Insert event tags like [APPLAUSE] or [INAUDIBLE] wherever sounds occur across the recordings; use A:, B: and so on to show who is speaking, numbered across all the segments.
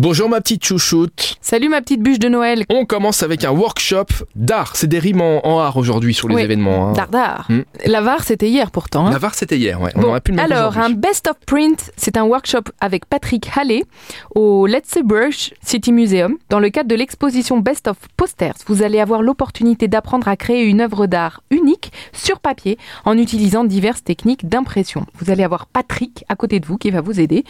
A: Bonjour ma petite chouchoute.
B: Salut ma petite bûche de Noël.
A: On commence avec un workshop d'art. C'est des rimes en, en art aujourd'hui sur les
B: Oui,
A: événements. hein.
B: Dardard.
A: Hmm.
B: L'avare, c'était hier pourtant. hein.
A: Navarre, c'était hier, ouais. On
B: Bon,
A: aurait pu le mettre
B: alors, un
A: aujourd'hui.
B: Best of Print, c'est un workshop avec Patrick Halley au Letzeburg City Museum. Dans le cadre de l'exposition Best of Posters, vous allez avoir l'opportunité d'apprendre à créer une œuvre d'art unique sur papier en utilisant diverses techniques d'impression. Vous allez avoir Patrick à côté de vous qui va vous aider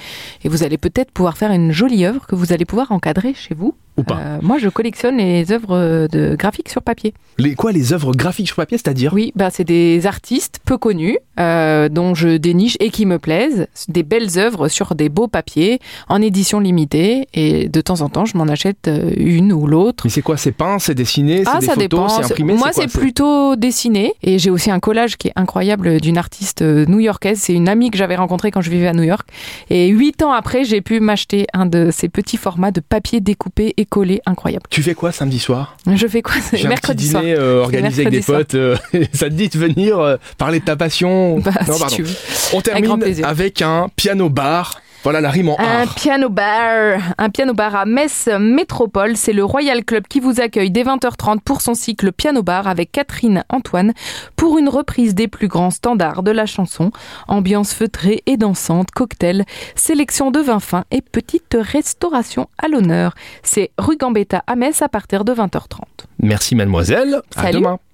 B: et vous allez peut-être pouvoir faire une jolie œuvre que vous allez pouvoir encadrer chez vous.
A: Ou pas.
B: Euh, moi, je collectionne les œuvres de graphiques sur papier.
A: Les, quoi, les œuvres graphiques sur papier, c'est-à-dire
B: Oui, bah, c'est des artistes peu connus euh, dont je déniche et qui me plaisent. Des belles œuvres sur des beaux papiers en édition limitée et de temps en temps je m'en achète euh, une ou l'autre.
A: Mais c'est quoi C'est peint, c'est dessiné, c'est
B: Ah,
A: des
B: ça
A: photos,
B: dépend.
A: c'est imprimé
B: Moi,
A: quoi,
B: c'est plutôt dessiné. Et j'ai aussi un collage qui est incroyable d'une artiste euh, new-yorkaise. C'est une amie que j'avais rencontrée quand je vivais à New York. Et huit ans après, j'ai pu m'acheter un de ces petits formats de papier découpé et collé incroyable.
A: Tu fais quoi samedi
B: [LAUGHS]
A: soir
B: Je fais quoi c'est
A: J'ai un petit
B: Mercredi soir.
A: dîner euh, organisé avec
B: mercredi
A: des
B: soir.
A: potes. euh, [LAUGHS] ça te dit de venir euh, parler de ta passion
B: [LAUGHS] Bah,
A: Non,
B: si
A: pardon.
B: tu veux.
A: On
B: grand
A: termine
B: plaisir.
A: avec un piano bar. Voilà la rime en
B: Un
A: art.
B: piano bar, un piano bar à Metz Métropole, c'est le Royal Club qui vous accueille dès 20h30 pour son cycle piano bar avec Catherine Antoine pour une reprise des plus grands standards de la chanson, ambiance feutrée et dansante, cocktail, sélection de vins fins et petite restauration à l'honneur. C'est rue Gambetta à Metz à partir de 20h30.
A: Merci mademoiselle. À
B: Salut.
A: demain.